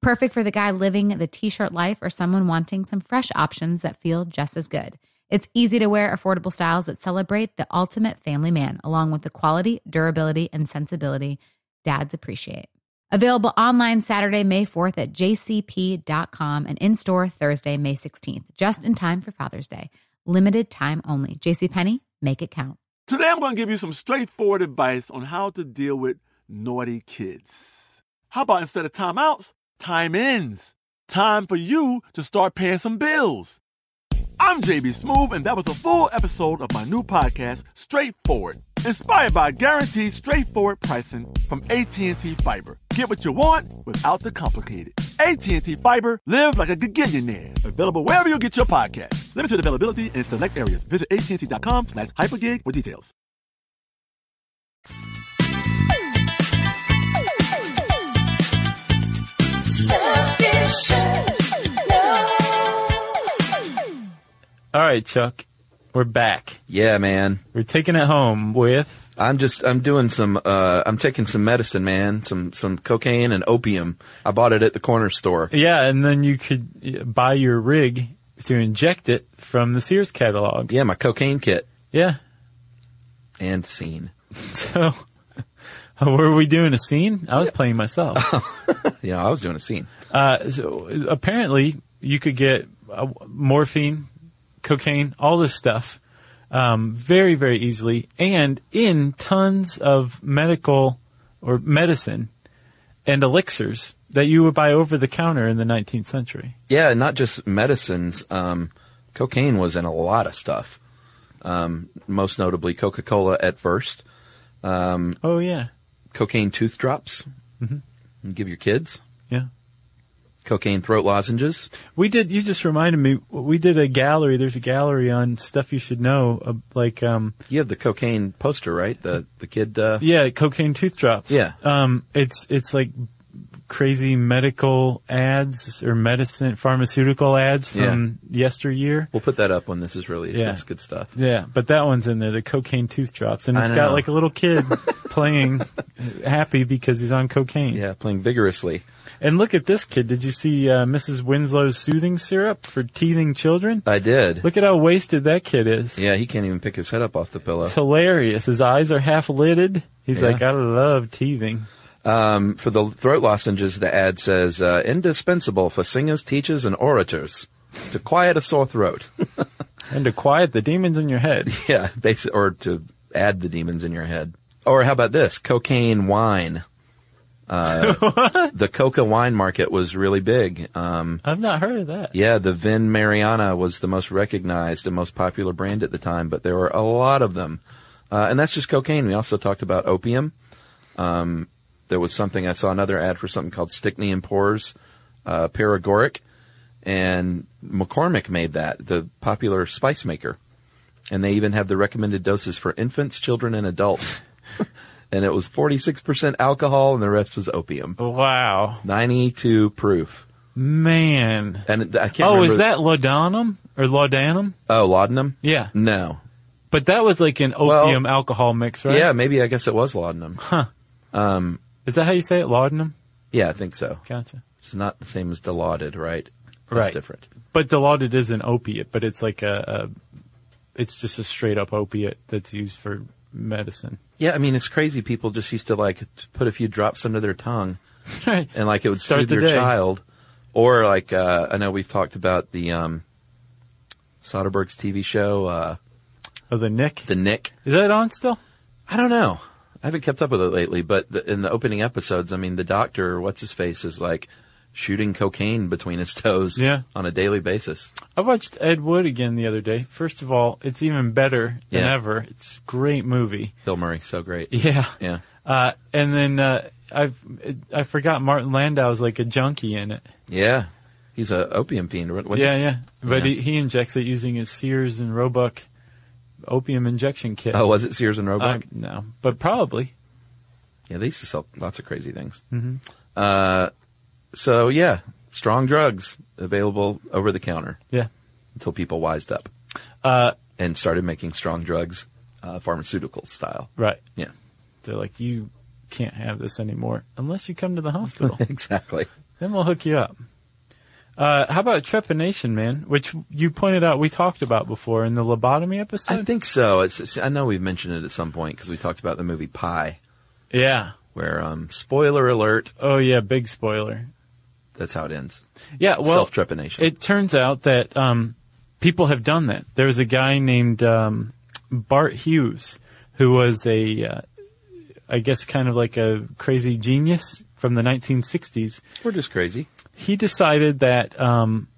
S5: Perfect for the guy living the t shirt life or someone wanting some fresh options that feel just as good. It's easy to wear affordable styles that celebrate the ultimate family man, along with the quality, durability, and sensibility dads appreciate. Available online Saturday, May 4th at jcp.com and in store Thursday, May 16th, just in time for Father's Day. Limited time only. JCPenney, make it count.
S6: Today, I'm going to give you some straightforward advice on how to deal with naughty kids. How about instead of timeouts, time ins? Time for you to start paying some bills. I'm JB Smooth, and that was a full episode of my new podcast, Straightforward, inspired by guaranteed straightforward pricing from AT&T Fiber. Get what you want without the complicated. AT&T Fiber, live like a gigillionaire. Available wherever you get your podcast. Limited availability in select areas. Visit AT&T.com slash hypergig for details.
S1: All right, Chuck, we're back.
S4: Yeah, man.
S1: We're taking it home with
S4: I'm just, I'm doing some, uh, I'm taking some medicine, man. Some, some cocaine and opium. I bought it at the corner store.
S1: Yeah, and then you could uh, buy your rig to inject it from the Sears catalog.
S4: Yeah, my cocaine kit
S1: Yeah.
S4: and scene.
S1: So, were we doing a scene? I was playing myself.
S4: You know, I was doing a scene.
S1: Uh, so uh, apparently, you could get uh, morphine, cocaine, all this stuff
S7: um, very, very easily and in tons of medical or medicine and elixirs that you would buy over the counter in the 19th century.
S4: Yeah, and not just medicines. Um, cocaine was in a lot of stuff. Um, most notably Coca Cola at first. Um,
S7: Oh, yeah.
S4: cocaine tooth drops. You Give your kids.
S7: Mm-hmm. Yeah.
S4: Cocaine throat lozenges.
S7: We did. You just reminded me. We did a gallery. There's a gallery on stuff you should know, uh, like um,
S4: You have the cocaine poster, right? The the kid. Uh,
S7: yeah, cocaine tooth drops.
S4: Yeah.
S7: Um, it's it's like crazy medical ads or medicine pharmaceutical ads from yesteryear.
S4: We'll put that up when this is released.
S7: Yeah.
S4: It's good stuff.
S7: Yeah, but that one's in there, the cocaine tooth drops, and
S4: I
S7: it's got
S4: know.
S7: like a little kid playing happy because he's on cocaine.
S4: Yeah, playing vigorously.
S7: And look at this kid. Did you see uh, Mrs. Winslow's soothing syrup for teething children?
S4: I did.
S7: Look at how wasted that kid is.
S4: Yeah, he can't even pick his head up off the pillow.
S7: It's hilarious. His eyes are half lidded. He's
S4: Yeah.
S7: like, I love teething.
S4: Um, for the throat lozenges, the ad says, uh, indispensable for singers, teachers, and orators to quiet a sore throat.
S7: And to quiet the demons in your head.
S4: yeah, basi- or to add the demons in your head. Or how about this? Cocaine wine. Uh, the coca wine market was really big. Um,
S7: I've not heard of that.
S4: yeah, the Vin Mariana was the most recognized and most popular brand at the time, but there were a lot of them. Uh, and that's just cocaine. We also talked about opium. Um, there was something, I saw another ad for something called Stickney and Pores, uh, Paragoric, and McCormick made that, the popular spice maker. And they even have the recommended doses for infants, children, and adults. and it was 46% alcohol and the rest was opium.
S7: Wow.
S4: 92 proof.
S7: Man.
S4: And I can't
S7: Oh,
S4: remember.
S7: is that laudanum or laudanum?
S4: Oh, laudanum?
S7: Yeah.
S4: No.
S7: But that was like an
S4: Well,
S7: opium alcohol mix, right?
S4: Yeah, maybe I guess it was laudanum.
S7: Is that how you say it? Laudanum?
S4: Yeah, I think so.
S7: Gotcha.
S4: It's not the same as dilaudid, right? It's
S7: Right.
S4: different.
S7: But Dilaudid is an opiate, but it's like a, a it's just a straight up opiate that's used for medicine.
S4: Yeah, I mean, it's crazy. People just used to like put a few drops under their tongue
S7: Right.
S4: and like it would
S7: Start
S4: soothe
S7: the
S4: your
S7: day.
S4: child. Or like, uh, I know we've talked about the, um, Soderbergh's TV show, uh,
S7: Oh, the Nick.
S4: The Nick.
S7: is that on still?
S4: I don't know. I haven't kept up with it lately, but the, in the opening episodes, I mean, the doctor, what's his face, is like shooting cocaine between his toes
S7: Yeah.
S4: on a daily basis.
S7: I watched Ed Wood again the other day. First of all, it's even better than
S4: Yeah.
S7: ever. It's a great movie.
S4: Bill Murray, so great.
S7: Yeah.
S4: Yeah.
S7: Uh, and then uh, I've I forgot Martin Landau's like a junkie in it.
S4: Yeah. He's a opium fiend. What, what-
S7: yeah, yeah. But
S4: Yeah.
S7: He, he injects it using his Sears and Roebuck opium injection kit.
S4: Oh, was it Sears and
S7: Uh,
S4: Roebuck?
S7: no, but probably.
S4: yeah, they used to sell lots of crazy things.
S7: mm-hmm.
S4: Uh, so yeah, strong drugs available over the counter
S7: Yeah.
S4: until people wised up
S7: Uh,
S4: and started making strong drugs, uh, pharmaceutical style.
S7: right.
S4: Yeah,
S7: They're like, you can't have this anymore unless you come to the hospital.
S4: exactly.
S7: then we'll hook you up. Uh, how about trepanation, man? Which you pointed out we talked about before in the lobotomy episode.
S4: I think so. It's, it's- I know we've mentioned it at some point because we talked about the movie Pie,
S7: yeah.
S4: where um, spoiler alert,
S7: Oh yeah, big spoiler.
S4: that's how it ends.
S7: Yeah, well,
S4: Self-trepanation.
S7: It turns out that um, people have done that. There's a guy named um, Bart Hughes who was a, uh, I guess, kind of like a crazy genius from the 1960s.
S4: We're just crazy.
S7: He decided that um,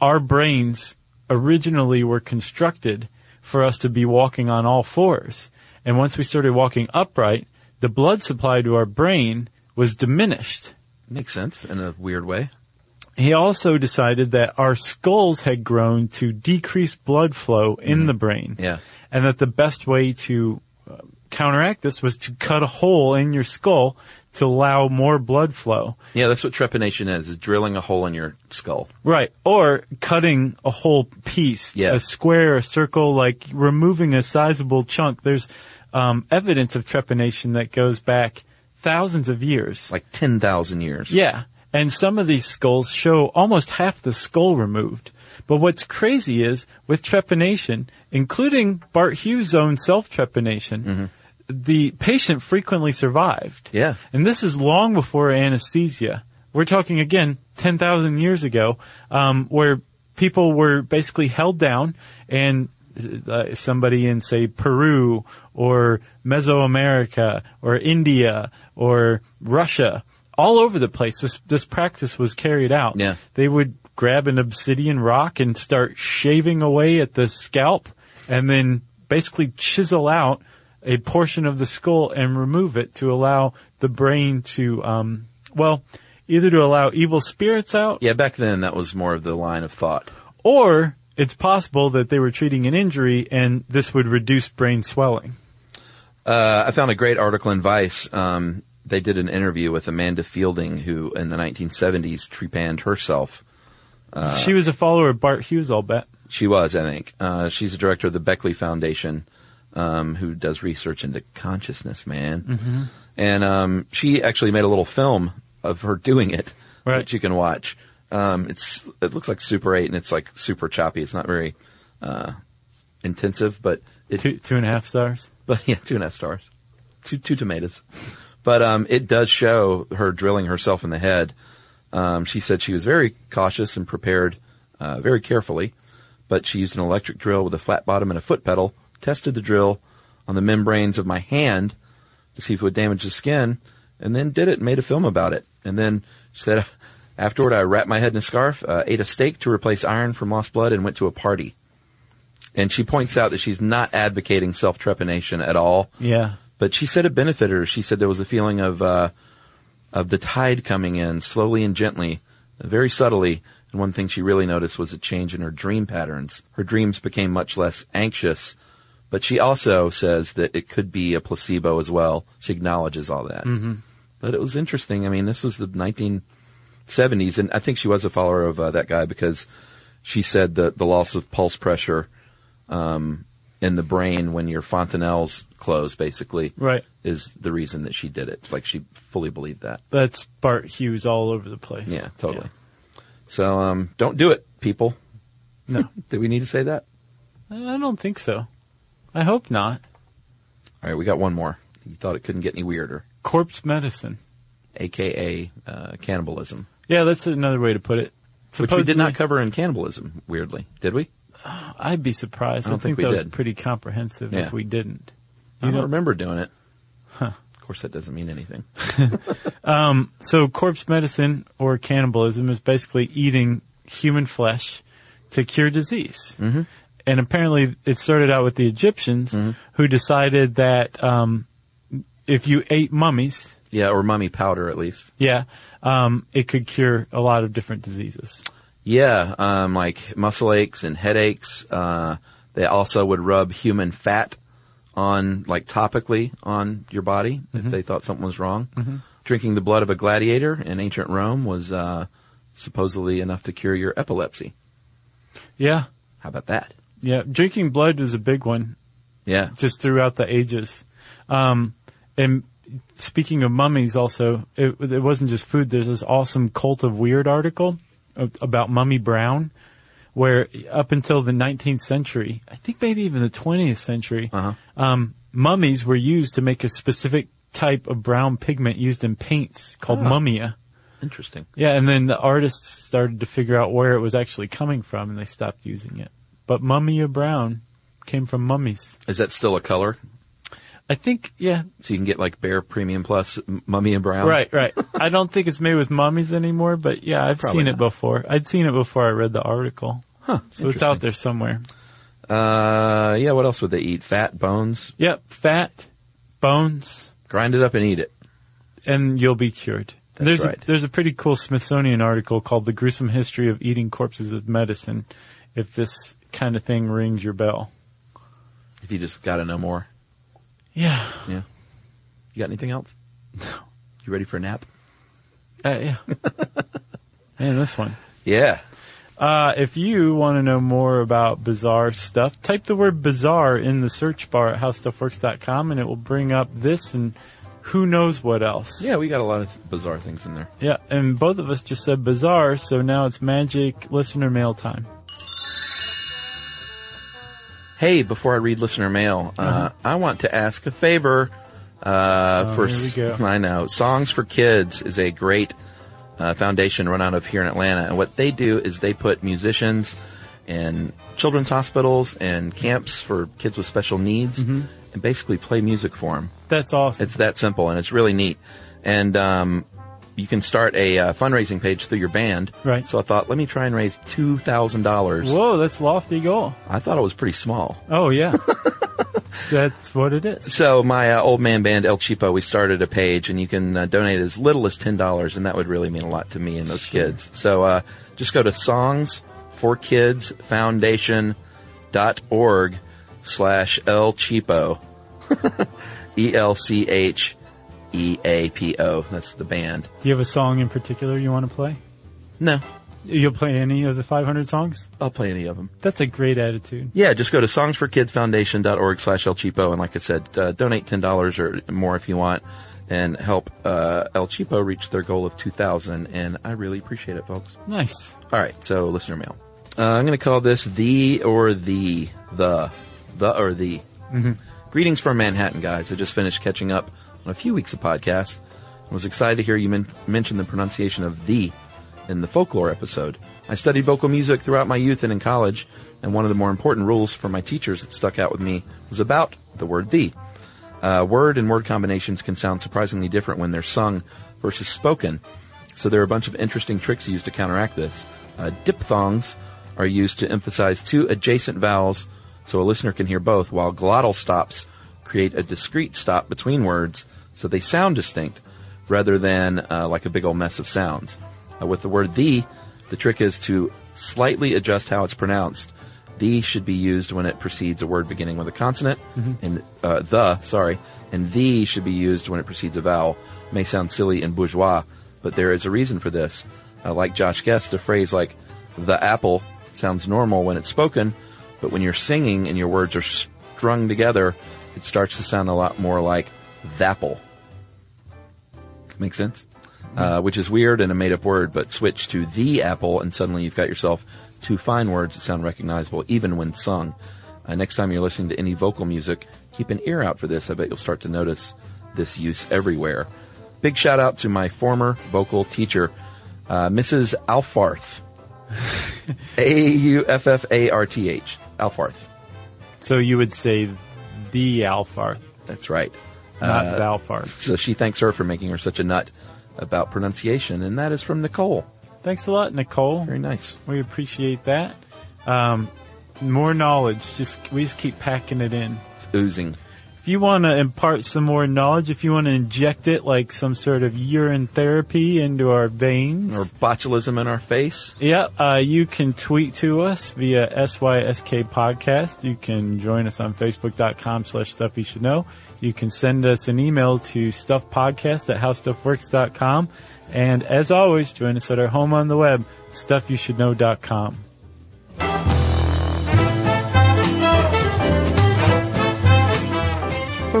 S7: our brains originally were constructed for us to be walking on all fours, and once we started walking upright, the blood supply to our brain was diminished.
S4: Makes sense in a weird way.
S7: He also decided that our skulls had grown to decrease blood flow in the brain.
S4: Mm-hmm. Yeah.
S7: And that the best way to uh, counteract this was to cut a hole in your skull to allow more blood flow.
S4: Yeah, that's what trepanation is: is drilling a hole in your skull.
S7: Right. Or cutting a whole piece,
S4: Yeah.
S7: a square, a circle, like removing a sizable chunk. There's um, evidence of trepanation that goes back thousands of years.
S4: like 10,000 years.
S7: Yeah. And some of these skulls show almost half the skull removed. But what's crazy is with trepanation, including Bart Hughes' own self trepanation, the patient frequently survived.
S4: Mm-hmm. Yeah.
S7: And this is long before anesthesia. We're talking again 10,000 years ago, um, where people were basically held down and uh, somebody in say Peru or Mesoamerica or India or Russia, all over the place. This this practice was carried out.
S4: Yeah.
S7: They would grab an obsidian rock and start shaving away at the scalp and then basically chisel out a portion of the skull and remove it to allow the brain to um well either to allow evil spirits out
S4: Yeah, back then that was more of the line of thought.
S7: or it's possible that they were treating an injury and this would reduce brain swelling.
S4: Uh, I found a great article in Vice. Um, they did an interview with Amanda Fielding, who in the 1970s trepanned herself. Uh.
S7: she was a follower of Bart Hughes, I'll bet.
S4: She was, I think. Uh, she's the director of the Beckley Foundation, um, who does research into consciousness, man. And um, she actually made a little film of her doing it
S7: Right.
S4: that you can watch. Um, it's it looks like Super 8, and it's like super choppy. It's not very uh, intensive, but it,
S7: Two two and a half stars.
S4: But yeah, two and a half stars, two two tomatoes. But um, it does show her drilling herself in the head. Um, she said she was very cautious and prepared, uh, very carefully. But she used an electric drill with a flat bottom and a foot pedal. Tested the drill on the membranes of my hand to see if it would damage the skin, and then did it. and Made a film about it, and then she said afterward I wrapped my head in a scarf, uh, ate a steak to replace iron from lost blood, and went to a party. And she points out that she's not advocating self trepanation at all.
S7: Yeah.
S4: But she said it benefited her. She said there was a feeling of uh, of the tide coming in slowly and gently, very subtly. And one thing she really noticed was a change in her dream patterns. Her dreams became much less anxious. But she also says that it could be a placebo as well. She acknowledges all that. Mm-hmm. But it was interesting. I mean, this was the 1970s, and I think she was a follower of uh, that guy because she said that the loss of pulse pressure um, in the brain when your fontanelles close, basically,
S7: Right.
S4: is the reason that she did it. Like she fully believed that.
S7: That's Bart Hughes all over the place.
S4: Yeah, totally. So um, don't do it, people.
S7: No.
S4: Did we need to say that?
S7: I don't think so. I hope not.
S4: All right, we got one more. You thought it couldn't get any weirder,
S7: Corpse medicine.
S4: aka uh, cannibalism,
S7: Yeah, that's another way to put it.
S4: which we did
S7: Supposedly-
S4: not cover in cannibalism. Weirdly, did we?
S7: I'd be surprised. I,
S4: I don't
S7: think,
S4: think we
S7: that
S4: did.
S7: was pretty comprehensive
S4: Yeah.
S7: if we didn't.
S4: I don't remember doing it. Of course, that doesn't mean anything.
S7: So corpse medicine or cannibalism is basically eating human flesh to cure disease. Mm-hmm. And apparently it started out with the Egyptians who decided that um, if you ate mummies,
S4: Yeah, or mummy powder, at least.
S7: yeah, um, it could cure a lot of different diseases.
S4: Yeah, um, like muscle aches and headaches. Uh, they also would rub human fat on, like topically, on your body
S7: Mm-hmm.
S4: if they thought something was wrong. Drinking the blood of a gladiator in ancient Rome was uh, supposedly enough to cure your epilepsy.
S7: Yeah,
S4: How about that?
S7: yeah. Drinking blood was a big one.
S4: Yeah,
S7: just throughout the ages. Um, and speaking of mummies, also, it, it wasn't just food. There's this awesome cult of weird article a- about Mummy Brown, where up until the 19th century, I think maybe even the 20th century, um, mummies were used to make a specific type of brown pigment used in paints called mummia.
S4: interesting.
S7: Yeah, and then the artists started to figure out where it was actually coming from, and they stopped using it. But mummia brown came from mummies.
S4: Is that still a color?
S7: I think, yeah,
S4: So you can get like Bear Premium Plus, M- Mummy and Brown.
S7: Right, right. I don't think it's made with mummies anymore, but yeah, I've
S4: Probably
S7: seen it
S4: not.
S7: before. I'd seen it before I read the article.
S4: Huh.
S7: So it's out there somewhere.
S4: Uh, yeah. What else would they eat? Fat, bones.
S7: Yep, fat, bones,
S4: Grind it up and eat it.
S7: and you'll be cured.
S4: That's
S7: there's
S4: right.
S7: a, there's a pretty cool Smithsonian article called "The Gruesome History of Eating Corpses of Medicine." If this kind of thing rings your bell,
S4: If you just got to know more.
S7: yeah,
S4: Yeah. You got anything else? You ready for a nap?
S7: uh, yeah, man, this one.
S4: Yeah.
S7: Uh, if you want to know more about bizarre stuff, type the word bizarre in the search bar at howstuffworks.com and it will bring up this and who knows what else.
S4: Yeah, we got a lot of bizarre things in there.
S7: Yeah, and both of us just said bizarre, so now it's magic listener mail time.
S4: Hey, before I read listener mail, uh, I want to ask a favor. Uh, for
S7: here we
S4: s-
S7: go.
S4: I know Songs for Kids is a great uh, foundation run out of here in Atlanta, and what they do is they put musicians and children's hospitals and camps for kids with special needs and basically play music for them.
S1: That's awesome.
S4: It's that simple and it's really neat. And, um, you can start a uh, fundraising page through your band.
S1: Right.
S4: So I thought, let me try and raise $2,000.
S1: Whoa, that's lofty goal.
S4: I thought it was pretty small.
S1: Oh yeah. that's what it is.
S4: So my uh, old man band El Chipo, we started a page, and you can uh, donate as little as ten dollars, and that would really mean a lot to me and those kids. So uh, just go to songs for kids foundation dot org slash El Chipo, E L C H E A P O. That's the band.
S1: Do you have a song in particular you want to play?
S4: No,
S1: You'll play any of the 500 songs?
S4: I'll play any of them.
S1: That's a great attitude.
S4: Yeah, just go to songsforkidsfoundation.org slash El Cheapo. And like I said, uh, donate $10 or more if you want and help uh, El Cheapo reach their goal of 2000 And I really appreciate it, folks.
S1: Nice.
S4: All right, so listener mail. Uh, I'm going to call this the or the, the, the or the. Greetings from Manhattan, guys. I just finished catching up on a few weeks of podcasts. I was excited to hear you men- mention the pronunciation of the in the folklore episode. I studied vocal music throughout my youth and in college, and one of the more important rules for my teachers that stuck out with me was about the word the. Uh, word and word combinations can sound surprisingly different when they're sung versus spoken. So there are a bunch of interesting tricks used to counteract this. Uh, diphthongs are used to emphasize two adjacent vowels so a listener can hear both, while glottal stops create a discrete stop between words so they sound distinct rather than uh, like a big old mess of sounds. Uh, with the word the, the trick is to slightly adjust how it's pronounced. The should be used when it precedes a word beginning with a consonant, and uh, the, sorry, and the should be used when it precedes a vowel. May sound silly and bourgeois, but there is a reason for this. Uh, like Josh guessed, a phrase like the apple sounds normal when it's spoken, but when you're singing and your words are strung together, it starts to sound a lot more like thapple. Make sense? Uh, which is weird and a made up word, but switch to the apple and suddenly you've got yourself two fine words that sound recognizable even when sung. Uh, next time you're listening to any vocal music, keep an ear out for this. I bet you'll start to notice this use everywhere. Big shout out to my former vocal teacher, uh, Mrs. Alfarth. A U F F A R T H. Alfarth.
S1: So you would say the Alfarth,
S4: That's right.
S1: not
S4: Uh,
S1: Valfarth.
S4: So she thanks her for making her such a nut about pronunciation, and that is from Nicole.
S1: Thanks a lot, Nicole.
S4: Very nice.
S1: We appreciate that. Um, more knowledge. Just we just keep packing it in.
S4: It's oozing.
S1: If you want to impart some more knowledge, if you want to inject it like some sort of urine therapy into our veins,
S4: Or botulism in our face.
S1: Yeah, uh, you can tweet to us via SYSK Podcast. You can join us on Facebook.com slash Stuff You Should Know. You can send us an email to StuffPodcast at HowStuffWorks.com. And as always, join us at our home on the web, StuffYouShouldKnow.com.
S3: For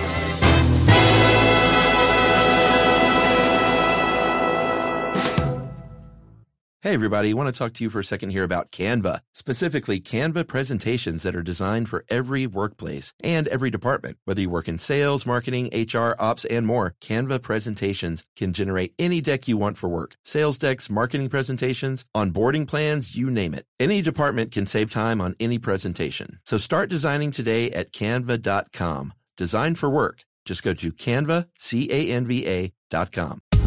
S4: Hey everybody, I want to talk to you for a second here about Canva. Specifically, Canva presentations that are designed for every workplace and every department. Whether you work in sales, marketing, HR, ops, and more, Canva presentations can generate any deck you want for work. Sales decks, marketing presentations, onboarding plans, you name it. Any department can save time on any presentation. So start designing today at canva.com. Design for work. Just go to canva, C-A-N-V-A dot com.